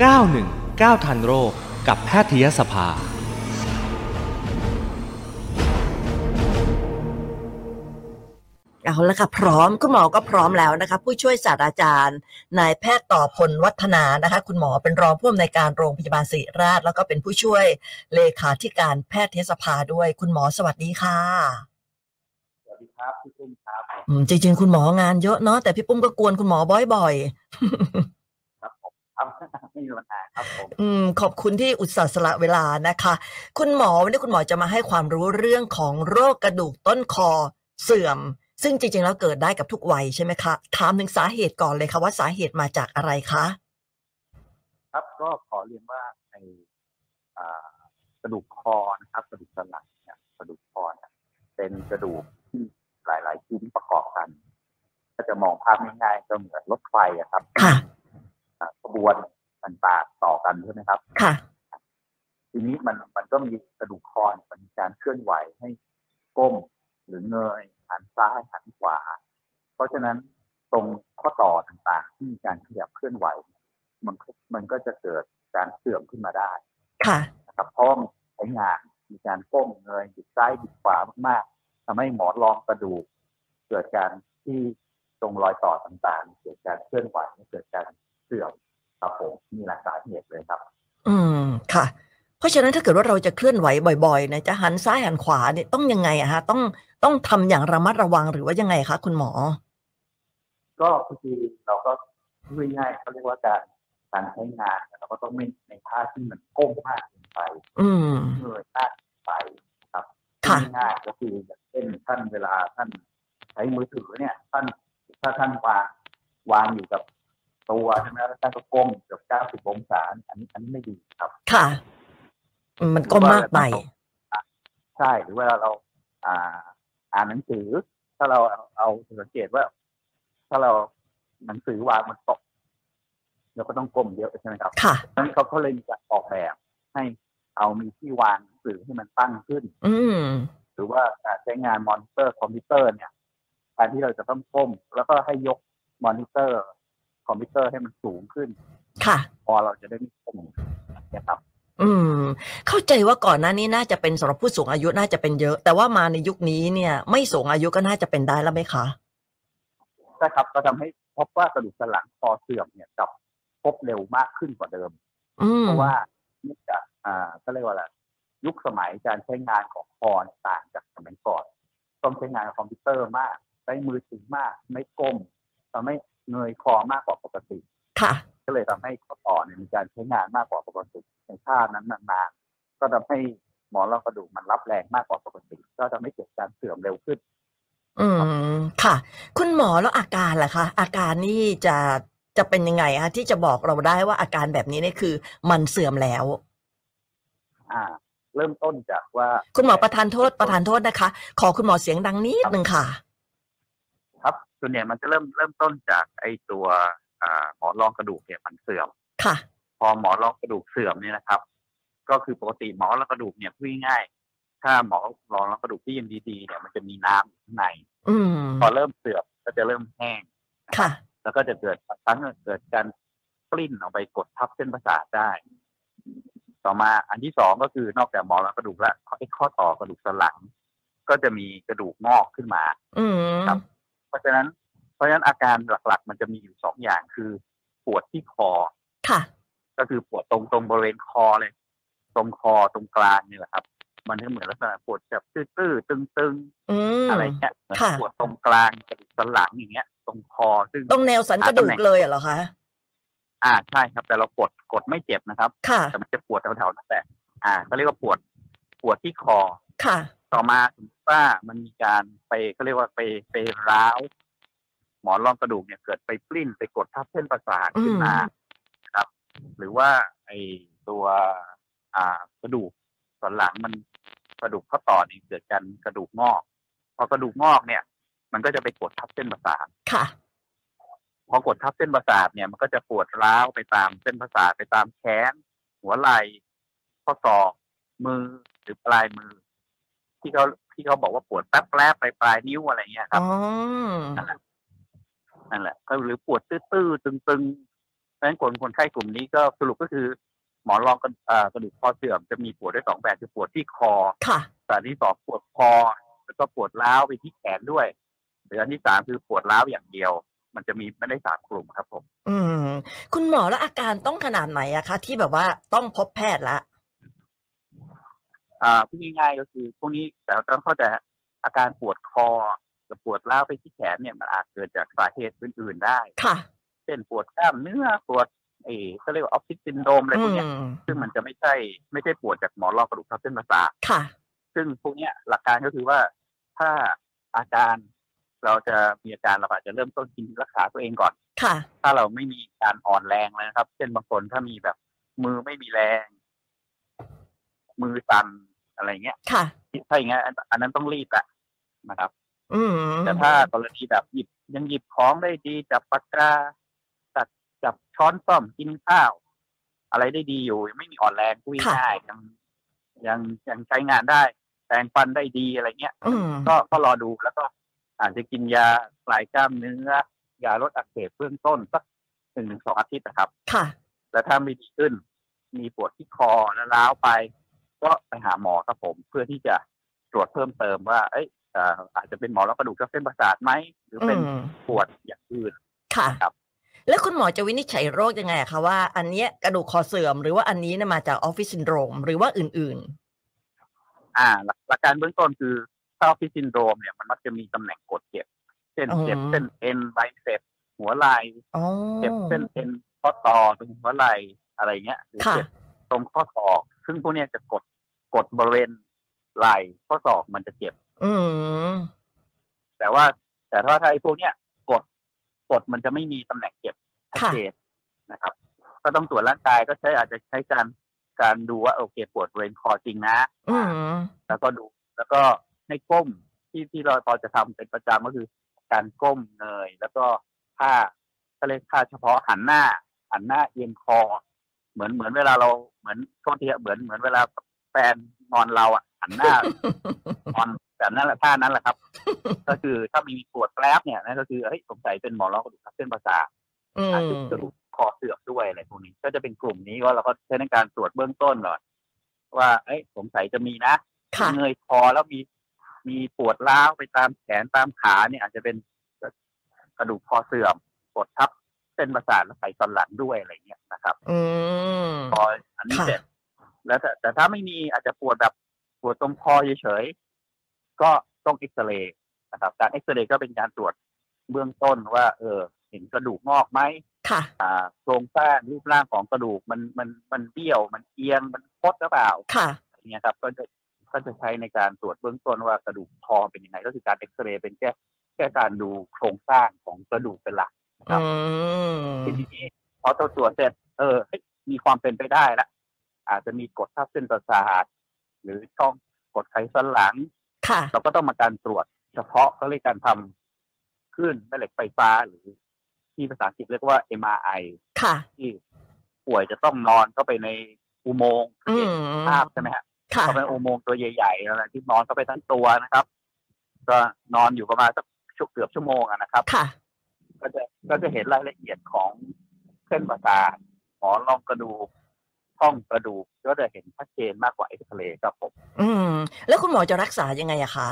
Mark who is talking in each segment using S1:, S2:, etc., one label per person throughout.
S1: 919 ทันโรคกับแพทยสภา
S2: เอาละค่ะ พร้อมคุณหมอก็พร้อมแล้วนะคะ ผู้ช่วยศาสตราจารย์นายแพทย์ต่อพลวัฒนานะคะ คุณหมอเป็นรองผู้อำนวยการโรงพยาบาลศิริราช แล้วก็เป็นผู้ช่วยเลขาธิการแพทยสภาด้วย คุณหมอสวัสดีค่ะ
S3: สวัสดีครับพี่ตุ้มครับ
S2: อืมจริง ๆ คุณหมองานเยอะเนาะแต่พี่ปุ้มก็กวนคุณหมอบ่อย
S3: ครับผมครับ ไม่มีปัญหาครับผม
S2: ๆ อืมขอบคุณที่อุตส่าห์สละเวลานะคะ คุณหมอวันนี้คุณหมอจะมาให้ความรู้เรื่องของโรคกระดูกต้นคอเสื่อม ซึ่งจริงๆแล้วเกิดได้กับทุกวัยใช่ไหมคะถามถึงสาเหตุก่อนเลยค่ะว่าสาเหตุมาจากอะไรคะ
S3: ครับก็ขอเรียนว่าในอ่ากระดูกคอนะครับ กระดูกสันหลังเนี่ยกระดูกคอเนี่ยเป็นกระดูกที่หลาย ๆ ชิ้นประกอบกัน ก็จะมองภาพง่ายๆก็เหมือนรถไฟอะครับ
S2: ค่ะ
S3: อ่ากระบวนต่างๆต่อกันใช่ไหมครับ
S2: ค่ะ
S3: ทีนี้มันมันก็มีกระดูกคอเนี่ยมันมีการเคลื่อนไหวให้ก้มหรือเงยหันซ้ายหันขวา เพราะฉะนั้นตรงข้อต่อต่างๆ ที่มีการขยับเคลื่อนไหว มันก็มันก็จะเกิดการเสื่อมขึ้นมาได้
S2: ค่ะ
S3: นะครับเพราะมันใช้งานมีการก้มเงยบิดซ้ายบิดขวามากๆทำให้หมอนรองกระดูก เกิดการที่ตรงรอยต่อต่างๆ เกิดการเคลื่อนไหวเกิดการเสื่อมครับผมนี่แหละสาเหตุเลยครับ
S2: อืม ค่ะ เพราะฉะนั้นถ้าเกิดว่าเราจะเคลื่อนไหวบ่อยๆนะจะหันซ้ายหันขวาเนี่ยต้องยังไงอะฮะ ต้องต้องทำอย่างระมัดระวังหรือว่ายังไงคะคุณหมอ
S3: ก็คือเราก็พูดง่ายๆเขาเรียกว่าการการใช้งานเราก็ต้องไม่ในท่าที่มันก้มมากเกินไป
S2: อืม
S3: เงยมากเกินไปนะครับ
S2: ค่ะ
S3: ง่ายๆก็คืออย่างเช่นท่านเวลาท่านใช้มือถือเนี่ย ท่านถ้าท่านวางวางอยู่กับตัวใช่ไหมแล้วท่านก็ก้มเกือบ90องศาอันนี้อันนี้ไม่ดีครับ
S2: ค่ะ มันก็มากไป
S3: ใช่หรือเวลาเราอ่าอ่านหนังสือ ถ้าเราเอาเอาสังเกตว่า ถ้าเราหนังสือวางมันตกเราก็ต้องก้มเยอะใช่ไหมครับ
S2: ค่ะ
S3: เพราะฉะนั้นเขาเขาเลยมีการออกแบบ ให้เอามีที่วางหนังสือให้มันตั้งขึ้น
S2: อืม
S3: หรือว่าการใช้งานมอนิเตอร์คอมพิวเตอร์เนี่ยการที่เราจะต้องก้ม แล้วก็ให้ยกมอนิเตอร์ คอมพิวเตอร์ให้มันสูงขึ้น
S2: ค่ะ
S3: พอเราจะได้ไม่ก้มเนี่ยครับ
S2: อืม เข้าใจว่าก่อนหน้านี้น่าจะเป็นสำหรับผู้สูงอายุน่าจะเป็นเยอะ แต่ว่ามาในยุคนี้เนี่ย ไม่สูงอายุก็น่าจะเป็นได้แล้วไหมคะ
S3: ใช่ครับก็ทำให้พบว่ากระดูกสันหลังคอเสื่อมเนี่ยกลับพบเร็วมากขึ้นกว่าเดิม
S2: อืม
S3: เพราะว่าเนื่องจากอ่าก็เรียกว่าอะไรยุคสมัยการใช้งานของคอเนี่ยต่างจากสมัยก่อน ต้องใช้งานกับคอมพิวเตอร์มาก ใช้มือถือมาก ไม่ก้มทำให้เงยคอมากกว่าปกติ
S2: ค่ะ
S3: ก็เลยทำให้ข้อต่อเนี่ยมีการใช้งานมากกว่าปกติในท่านั้นนานๆก็ทำให้หมอนรองกระดูกมันรับแรงมากกว่าปกติ ก็ทำให้เกิดการเสื่อมเร็วขึ้น
S2: อืม ค่ะ คุณหมอแล้วอาการล่ะคะ อาการนี่จะจะเป็นยังไงคะที่จะบอกเราได้ว่าอาการแบบนี้เนี่ยคือ มันเสื่อมแล้ว
S3: อ่า เริ่มต้นจากว่า
S2: คุณหมอประทานโทษประทานโทษนะคะ ขอคุณหมอเสียงดังนิดนึงค่ะ
S3: ครับส่วนใหญ่มันจะเริ่มเริ่มต้นจากไอ้ตัวอ่าหมอนรองกระดูกเนี่ยมันเสื่อม
S2: ค่ะ
S3: พอหมอนรองกระดูกเสื่อมเนี่ยนะครับ ก็คือปกติหมอนรองกระดูกเนี่ยพูดง่ายๆถ้าหมอนรองกระดูกที่ยังดีๆเนี่ยมันจะมีน้ำอยู่ข้างใน
S2: อืม
S3: พอเริ่มเสื่อมก็จะเริ่มแห้ง
S2: ค่ะ
S3: แล้วก็จะเกิดบางครั้งก็เกิดการปลิ้นออกไปกดทับเส้นประสาทได้ ต่อมาอันที่สองก็คือนอกจากหมอนรองกระดูกแล้วไอ้ข้อต่อกระดูกสันหลัง ก็จะมีกระดูกงอกขึ้นมา
S2: อืม
S3: ครับ เพราะฉะนั้นเพราะฉะนั้นอาการหลักๆ มันจะมีอยู่สองอย่างคือปวดที่คอ
S2: ค่ะ
S3: ก็คือปวดตรงตรงบริเวณคอเลย ตรงคอตรงกลางนี่แหละครับ มันก็เหมือนลักษณะปวดแบบตื้อๆตึง
S2: อืม
S3: ๆอะไรเงี้ยเหมือน
S2: ค่ะ
S3: ปวดตรงกลางกระดูกสันหลังอย่างเงี้ย ตรงคอซึ่ง
S2: ตรงแนวสันกระดูกเลยเหรอคะ
S3: อ่าใช่ครับ แต่เรากดกดไม่เจ็บนะครับ
S2: ค่ะ
S3: แต่มันจะปวดแถวๆนั่นแหละอ่าเขาเรียกว่าปวดปวดที่คอ
S2: ค่ะ
S3: ต่อมาสมมติว่ามันมีการไปเขาเรียกว่าไปไปร้าว หมอนรองกระดูกเนี่ยเกิดไปปลิ้นไปกดทับเส้นประสาทขึ้นมา
S2: อืม
S3: นะครับ หรือว่าไอตัวอ่ากระดูกส่วนหลังมันกระดูกข้อต่อนี่เกิดการกระดูกงอก พอกระดูกงอกเนี่ย มันก็จะไปกดทับเส้นประสาท
S2: ค่ะ
S3: พอกดทับเส้นประสาทเนี่ยมันก็จะปวดร้าวไปตามเส้นประสาทไปตามแขนหัวไหล่ข้อศอกมือหรือปลายมือ ที่เขาที่เขาบอกว่าปวดแป๊บแป๊บไปปลายนิ้วอะไรเงี้ยครับ
S2: อ๋อ
S3: นั่นแหละนั่นแหละก็หรือปวดตื้อๆตึง เพราะฉะนั้นคนคนไข้กลุ่มนี้ก็สรุปก็คือ หมอนรองกระเอ่อกระดูกคอเสื่อมจะมีปวดได้สองแบบคือปวดที่คอ
S2: ค่ะ
S3: แต่อันที่สองปวดคอแล้วก็ปวดร้าวไปที่แขนด้วยหรืออันที่สามคือปวดร้าวอย่างเดียว มันจะมีไม่ได้สามกลุ่มครับผม
S2: อืม คุณหมอแล้วอาการต้องขนาดไหนอะคะ ที่แบบว่าต้องพบแพทย์ละ
S3: อ่าพูดง่ายๆก็คือพวกนี้แต่ต้องเข้าใจอาการปวดคอกับปวดร้าวไปที่แขนเนี่ยมันอาจเกิดจากสาเหตุอื่นๆได้
S2: ค่ะ
S3: เช่นปวดกล้ามเนื้อปวดเออเขาเรียกว่าออฟฟิศซินโดมอะไรพ
S2: อื
S3: วกเนี้ย
S2: ม
S3: ซึ่งมันจะไม่ใช่ไม่ใช่ปวดจากหมอนรองกระดูกทับเส้นประสาท
S2: ค่ะ
S3: ซึ่งพวกเนี้ยหลักการก็คือว่าถ้าอาการเราจะมีอาการเราอาจจะเริ่มต้นกินรักษาตัวเองก่อน
S2: ค่ะ
S3: ถ้าเราไม่มีการอ่อนแรงแล้วนะครับ เช่นบางคนถ้ามีแบบมือไม่มีแรง มือสั่นอะไรเงี้ย
S2: ค่ะ
S3: ถ้าอย่างเงี้ยอันอันนั้นต้องรีบอะนะครับ
S2: อืม
S3: แต่ถ้ากรณีแบบหยิบยังหยิบของได้ดี จับปากกาจับจับช้อนส้อมกินข้าว อะไรได้ดีอยู่ยังไม่มีอ่อนแรงกุ้ยง่ายยังยังยังใช้งานได้แปรงฟันได้ดีอะไรเงี้ย
S2: อืม
S3: ก็ก็รอดูแล้วก็อาจจะกินยาคลายกล้ามเนื้อยาลดอักเสบเบื้องต้นสักหนึ่งถึงสองอาทิตย์นะครับ
S2: ค่ะ
S3: แล้วถ้าไม่ดีขึ้น มีปวดที่คอและร้าวไป ก็ไปหาหมอครับผม เพื่อที่จะตรวจเพิ่มเติมว่า เอ้ยเอ่ออาจจะเป็นหมอแล้วกระดูกทับเส้นประสาทไหม หรือ
S2: อื
S3: เป็น
S2: ม
S3: ปวดอย่างอื่น
S2: ค่ะ
S3: ครับ
S2: แล้วคุณหมอจะวินิจฉัยโรคยังไงอะคะว่าอันเนี้ยกระดูกคอเสื่อม หรือว่าอันนี้เนยมาจากออฟฟิศซินโดรมหรือว่าอื่น
S3: อ่าหลักหลักการเบื้องต้นคือถ้าออฟฟิศซินโดรมเนี่ยมันมักจะมีตำแหน่งกดเจ็บ เช่น
S2: อ๋อ
S3: เจ็บเส้นเอ็นไบเซ็ปหัวไหล่
S2: ๆอ๋อ
S3: เจ็บเส้นเอ็นข้อต่อตรงหัวไหล่อะไรเงี้ยหรือ
S2: ค่ะ
S3: เจ็บ ตรงข้อศอกซึ่งพวกเนี้ยจะกดกดบริเวณไหล่ข้อศอกมันจะเจ็บ
S2: อืม
S3: แต่ว่า แต่ถ้าถ้าไอ้พวกเนี้ยกดกดมันจะไม่มีตำแหน่งเจ็บชัด
S2: ค่ะ
S3: เจนนะครับ ก็ต้องตรวจร่างกายก็ใช้อาจจะใช้การการดูว่าโอเคปวดบริเวณคอจริงนะ
S2: อืม
S3: แล้วก็ดูแล้วก็ให้ก้มที่ที่เราตอนจะทำเป็นประจำก็คือ การก้มเงยแล้วก็ท่าก็เลยกท่าเฉพาะหันหน้าหันหน้าเอียงคอ เหมือนเหมือนเวลาเราเหมือนโทษทีอะเหมือนเหมือนเวลาแฟนงอนเราอ่ะหันหน้า งอนแบบนั้นแหละท่านั้น แหละครับ ก็คือถ้ามีปวดแกลบเนี่ยนั่นก็คือเฮ้ยสงสัยเป็นหมอนรองกระดูกทับเส้นประสาท
S2: อื
S3: อาจจะ
S2: ม
S3: กระดูกคอเสื่อมด้วยอะไรพวกนี้ ก็จะเป็นกลุ่มนี้ว่าเราก็ใช้ในการตรวจเบื้องต้นก่อนว่าเอ้ยสงสัยจะมีนะ
S2: ค่ะ
S3: เงยคอแล้วมีมีปวดร้าวไปตามแขนตามขาเนี่ยอาจจะเป็นกระดูกคอเสื่อมกดทับเส้นประสาทและไขสันหลังด้วยอะไรเงี้ยนะครับ
S2: อืม
S3: พออันนี้
S2: ค่ะ
S3: เสร็จแล้วแต่แต่ถ้าไม่มีอาจจะปวดแบบปวดตรงคอเฉยๆก็ต้องเอ็กซเรย์นะครับการเอ็กซเรย์ก็เป็นการตรวจเบื้องต้นว่า เออ เห็นกระดูกงอกไหม
S2: ค่ะ
S3: อ่าโครงสร้างรูปร่างของกระดูกมันมันมันเบี้ยว มันเอียงมันคดหรือเปล่า
S2: ค่ะ
S3: อย่างเงี้ยครับก็จะก็จะใช้ในการตรวจเบื้องต้นว่ากระดูกคอเป็นยังไง ก็คือการเอ็กซเรย์เป็นแค่แค่การดูโครงสร้างของกระดูกเป็นหลัก ครั
S2: อื
S3: บ
S2: ม
S3: ทีนี้พอตรวจเสร็จเออเฮ้ยมีความเป็นไปได้ละอาจจะมีกดทับเส้นประสาทหรือช่องกดไขสันหลัง
S2: ค่ะ
S3: เราก็ต้องมาการตรวจเฉพาะเขาเรียกการทำคลื่นแม่เหล็กไฟฟ้าหรือที่ภาษาอังกฤษเรียกว่า MRI
S2: ค่ะ
S3: ที่ป่วยจะต้องนอนเข้าไปในอุโมงค์
S2: อืม
S3: ภาพใช่ไหมฮะ
S2: ค่ะ
S3: เข้าไปในอุโมงค์ตัวใหญ่ๆอะไรที่นอนเข้าไปทั้งตัวนะครับ ก็นอนอยู่ประมาณสักชั่วเกือบชั่วโมงอะนะครับ
S2: ค่ะ
S3: ก็จะก็จะเห็นรายละเอียดของเส้นประสาทหมอนรองกระดูกช่องกระดูกก็จะเห็นชัดเจนมากกว่าเอ็กซเรย์ครับผม
S2: อืม แล้วคุณหมอจะรักษายังไงอะคะ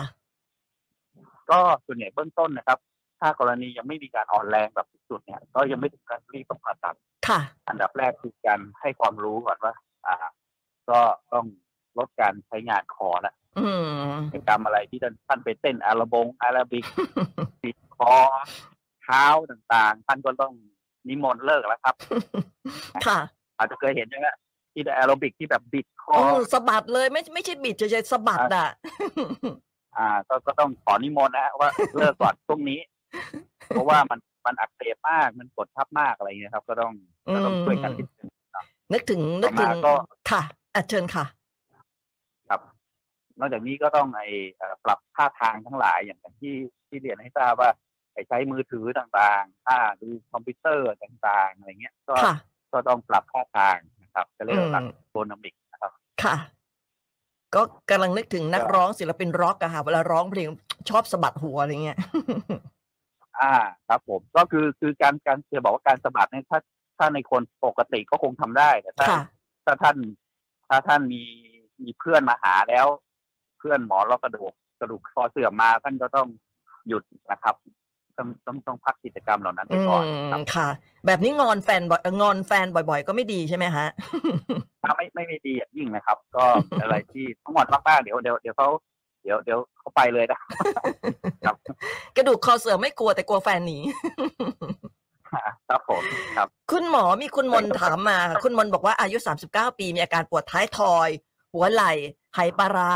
S3: ก็ส่วนใหญ่เบื้องต้นนะครับ ถ้ากรณียังไม่มีการอ่อนแรงแบบสุดๆเนี่ย ก็ยังไม่ถึงการรีบต้องผ่าตัด
S2: ค่ะ
S3: อันดับแรกคือการให้ความรู้ก่อนว่า อ่า ก็ต้องลดการใช้งานคอละ
S2: อืม
S3: กิจกรรมอะไรที่ท่านไปเต้นอาราบงอาราบิก ปิดคอเท้าต่างๆ ท่านก็ต้องนิมนต์เลิกแล้วครับ
S2: ค่ะ
S3: อาจจะเคยเห็นใช่ไหมที่แอโรบิกที่แบบบิดคอ
S2: โอ้สะบัดเลยไม่ไม่ใช่บิดเฉยๆสะบัดอ่ะ
S3: อ่า ก็ก็ต้องขอนิมนต์นะ ว่าเลิกก่อนช่วงนี้ เพราะว่ามันมันอักเสบมากมันกดทับมากอะไรเงี้ยครับ ก็ต้องก็ต้องช่วยกันนิดนึง
S2: นึกถึงนึกถึง
S3: ต่อมาก็
S2: ค่ะอะเชิญค่ะ
S3: ครับ นอกจากนี้ก็ต้องไอเอ่อปรับท่าทางทั้งหลายอย่างที่ที่เรียนให้ทราบว่าไอใช้มือถือต่างๆท่าดูคอมพิวเตอร์ต่างๆอะไรเงี้ย ก็
S2: ค่ะ
S3: ก็ต้องปรับท่าทางนะครับจะเรียกว่าหลัก
S2: อืม
S3: โบนมิกนะครับ
S2: ค่ะ ก็กำลังนึกถึงนัก
S3: ก็
S2: ร้องศิลปินร็อกอะค่ะเวลาร้องเพลงชอบสะบัดหัวอะไรเงี้ย
S3: อ่าครับผมก็คือคือการการจะบอกว่าการสะบัดเนี่ยถ้า ถ้าในคนปกติก็คงทำได้แต่ถ้า
S2: ค่ะ
S3: ถ้าท่านถ้าท่านมีมีเพื่อนมาหาแล้ว เพื่อนหมอเรากระดูกกระดูกคอเสื่อมมาท่านก็ต้องหยุดนะครับ ต้องต้องต้องพักกิจกรรมเหล่านั้นไป
S2: อื
S3: ก่อนครั
S2: ม
S3: บ
S2: ค่ะ แบบนี้งอนแฟนบ่อยเอ่องอนแฟนบ่อย ๆ ก็ไม่ดีใช่ไหมฮะ
S3: ถ้าไม่ไม่ไม่ดีอย่างยิ่งนะครับ ก็ อะไรที่ต้องงอนมากๆเดี๋ยวเดี๋ยวเดี๋ยวเขาเดี๋ยวเดี๋ยวเขาไปเลยนะ ครับ
S2: กระดูกคอเสื่อมไม่กลัวแต่กลัวแฟนหนี
S3: ครับผมครับ
S2: คุณหมอมีคุณมนต์ถามมาค่ะคุณมนต์บอกว่าอายุ 39 ปีมีอาการปวดท้ายทอย หัวไหล่ไหปลาร้า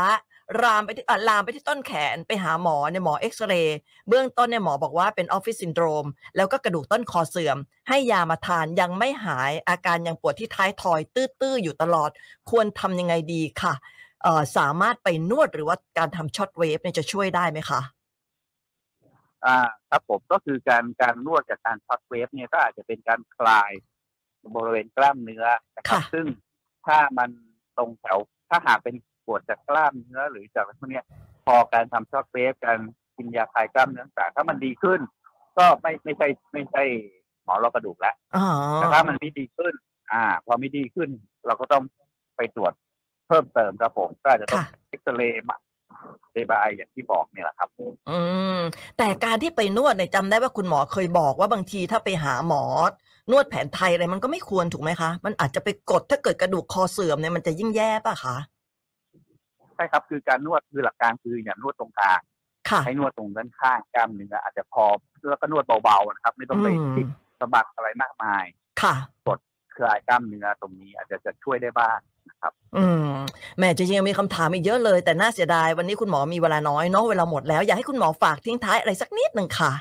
S2: รามไปที่อ่ะลามไปที่ต้นแขนไปหาหมอเนี่ยหมอเอ็กซเรย์เบื้องต้นเนี่ยหมอบอกว่าเป็นออฟฟิศซินโดรม แล้วก็กระดูกต้นคอเสื่อม ให้ยามาทานยังไม่หายอาการยังปวดที่ท้ายทอย ตื้อๆอยู่ตลอด ควรทำยังไงดีค่ะเอ่อสามารถไปนวดหรือว่าการทำช็อตเวฟเนี่ยจะช่วยได้ไหมคะ
S3: อ่าครับผมก็คือการการนวดจากการช็อตเวฟเนี่ยก็อาจจะเป็นการคลายบริเวณกล้ามเนื้อนะครับ
S2: ค่ะ
S3: ซึ่งถ้ามันตรงแถวถ้าหากเป็นปวดจากกล้ามเนื้อหรือจากอะไรพวกเนี้ยพอการทำช็อตเวฟการกินยาคลายกล้ามเนื้อต่างถ้ามันดีขึ้น ก็ไม่ไม่ใช่ไม่ใช่หมอรอกระดูกแล้ว
S2: อ๋อ
S3: แต่ถ้ามันไม่ดีขึ้น อ่า พอไม่ดีขึ้น เราก็ต้องไปตรวจเพิ่มเติมครับผมก็อาจจะต้อง
S2: ค่ะ
S3: เอ็กซเรย์มาเรบายอย่างที่บอกเนี่ยแหละครับ
S2: อืมแต่การที่ไปนวดเนี่ยจำได้ว่าคุณหมอเคยบอกว่าบางทีถ้าไปหาหมอ นวดแผนไทยอะไรมันก็ไม่ควรถูกไหมคะ มันอาจจะไปกดถ้าเกิดกระดูกคอเสื่อมเนี่ยมันจะยิ่งแย่ป่ะคะ
S3: ใช่ครับ คือการนวดคือหลักการคืออย่านวดตรงกลาง
S2: ค่ะ
S3: ให้นวดตรงด้านข้างกล้ามเนื้ออาจจะพอแล้วก็นวดเบาๆนะครับ ไม่ต้องไป
S2: อืม
S3: ติดสะบักอะไรมากมาย
S2: ค่ะ
S3: คลายกล้ามเนื้อตรงนี้อาจจะจะช่วยได้บ้าง
S2: อืมแหม่จริงๆยังมีคำถามอีกเยอะเลย แต่น่าเสียดายวันนี้คุณหมอมีเวลาน้อยเนาะเวลาหมดแล้วอยากให้คุณหมอฝากทิ้งท้ายอะไรสักนิดหนึ่งค่ะ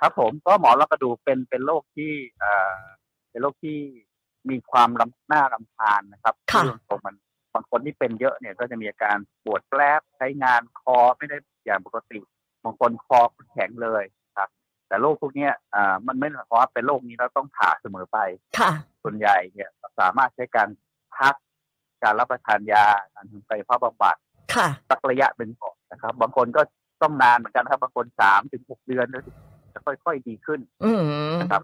S3: ครับผมก็หมอรกระดูกเป็นเป็นโรคที่เอ่อเป็นโรคที่มีความรำหน้ารำคาญนะครับ
S2: ค่ะ
S3: เรื่องของมันบางคนที่เป็นเยอะเนี่ยก็จะมีอาการปวดแกลบใช้งานคอไม่ได้อย่างปกติบางคนคอแข็งเลยครับ แต่โรคพวกเนี้ยเอ่อมันไม่ได้หมายความว่าเป็นโรคนี้เราต้องผ่าเสมอไป
S2: ค่ะ
S3: ส่วนใหญ่เนี่ยสามารถใช้การพักการรับประทานยาการทำกายภาพบำบัด
S2: ค่ะ
S3: สักระยะเป็นก่อนนะครับ บางคนก็ต้องนานเหมือนกันนะครับ บางคนสามถึงหกเดือนแล้วจะค่อยๆดีขึ้น
S2: อืม
S3: นะครับ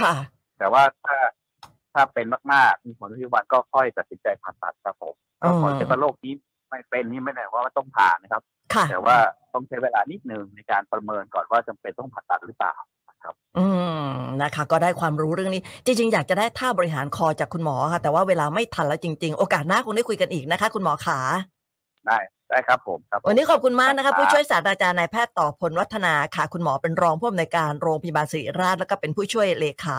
S2: ค่ะ
S3: แต่ว่าถ้าถ้าเป็นมากๆมีผลที่วันก็ค่อยตัดสินใจผ่าตัดครับผม
S2: อ๋อ
S3: ขอใช้ว่าโรคนี้ไม่เป็นนี่ไม่ได้ว่าต้องผ่านะครับ
S2: ค่ะ
S3: แต่ว่าต้องใช้เวลานิดนึงในการประเมินก่อนว่าจำเป็นต้องผ่าตัดหรือเปล่า
S2: อืมนะคะ ก็ได้ความรู้เรื่องนี้ จริง ๆ อยากจะได้ท่าบริหารคอจากคุณหมอค่ะ แต่ว่าเวลาไม่ทันแล้วจริง ๆ โอกาสหน้าคงได้คุยกันอีกนะคะ คุณหมอขา
S3: ได้ได้ครับผมครับผม
S2: วันนี้ขอบคุณมากนะคะ
S3: ครับ
S2: ผู้ช่วยศาสตราจารย์นายแพทย์ต่อพลวัฒนาค่ะ คุณหมอเป็นรองผู้อำนวยการโรงพยาบาลศิริราชแล้วก็เป็นผู้ช่วยเลขา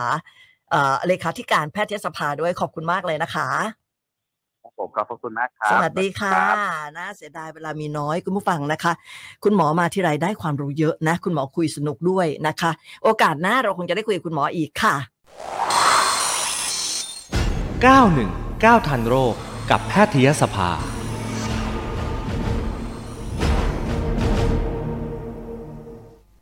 S2: เอ่อเลขาธิการแพทยสภาด้วยขอบคุณมากเลยนะคะ
S3: ครับผมขอบพระคุณมากครับ
S2: สวัสดีค่ะน่าเสียดายเวลามีน้อยคุณผู้ฟังนะคะ คุณหมอมาที่ไรได้ความรู้เยอะนะ คุณหมอคุยสนุกด้วยนะคะ โอกาสหน้าเราคงจะได้คุยกับคุณหมออีกค่ะ
S1: 919 ทันโรคกับแพทยสภา